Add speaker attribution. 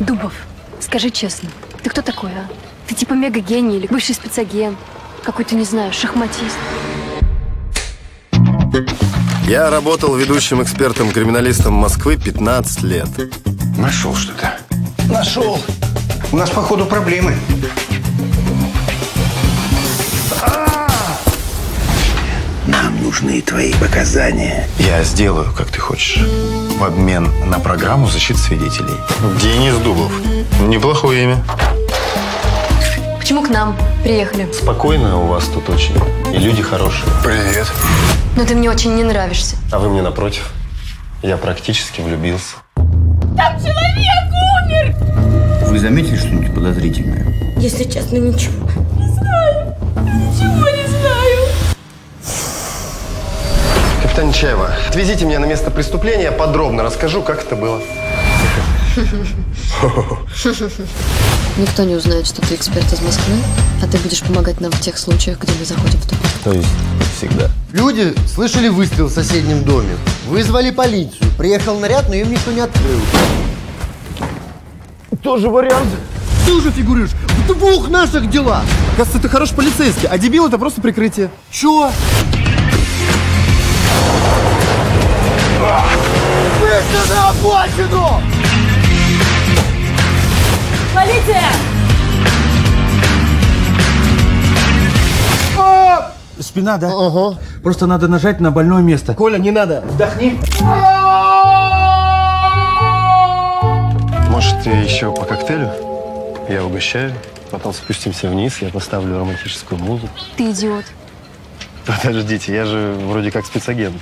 Speaker 1: Дубов, скажи честно, ты кто такой, а? Ты типа мега-гений или бывший спецагент? Какой-то, не знаю, шахматист?
Speaker 2: Я работал ведущим экспертом-криминалистом Москвы 15 лет.
Speaker 3: Нашел что-то.
Speaker 4: Нашел.
Speaker 3: У нас, походу, проблемы.
Speaker 4: Нам нужны твои показания.
Speaker 3: Я сделаю, как ты хочешь. В обмен на программу защиты свидетелей.
Speaker 2: Денис Дубов. Неплохое имя.
Speaker 1: Почему к нам приехали?
Speaker 2: Спокойно у вас тут очень. И люди хорошие.
Speaker 3: Привет.
Speaker 1: Но ты мне очень не нравишься.
Speaker 2: А вы мне напротив. Я практически влюбился.
Speaker 5: Вы заметили что-нибудь подозрительное?
Speaker 6: Если честно, ничего.
Speaker 2: Капитан Чаева, отвезите меня на место преступления, я подробно расскажу, как это было.
Speaker 7: Никто не узнает, что ты эксперт из Москвы, а ты будешь помогать нам в тех случаях, где мы заходим в тупик.
Speaker 2: То есть всегда.
Speaker 8: Люди слышали выстрел в соседнем доме. Вызвали полицию. Приехал наряд, но им никто не открыл. Тоже вариант. Ты уже фигурируешь в двух наших делах. Кажется, ты хороший полицейский, а дебил это просто прикрытие. Чего? Быстро на обочину!
Speaker 9: Спина, да? Ага. Просто надо нажать на больное место.
Speaker 8: Коля, не надо.
Speaker 2: Может, я еще по коктейлю? Я угощаю, потом спустимся вниз, я поставлю романтическую музыку.
Speaker 1: Ты идиот.
Speaker 2: Подождите, я же вроде как спецагент.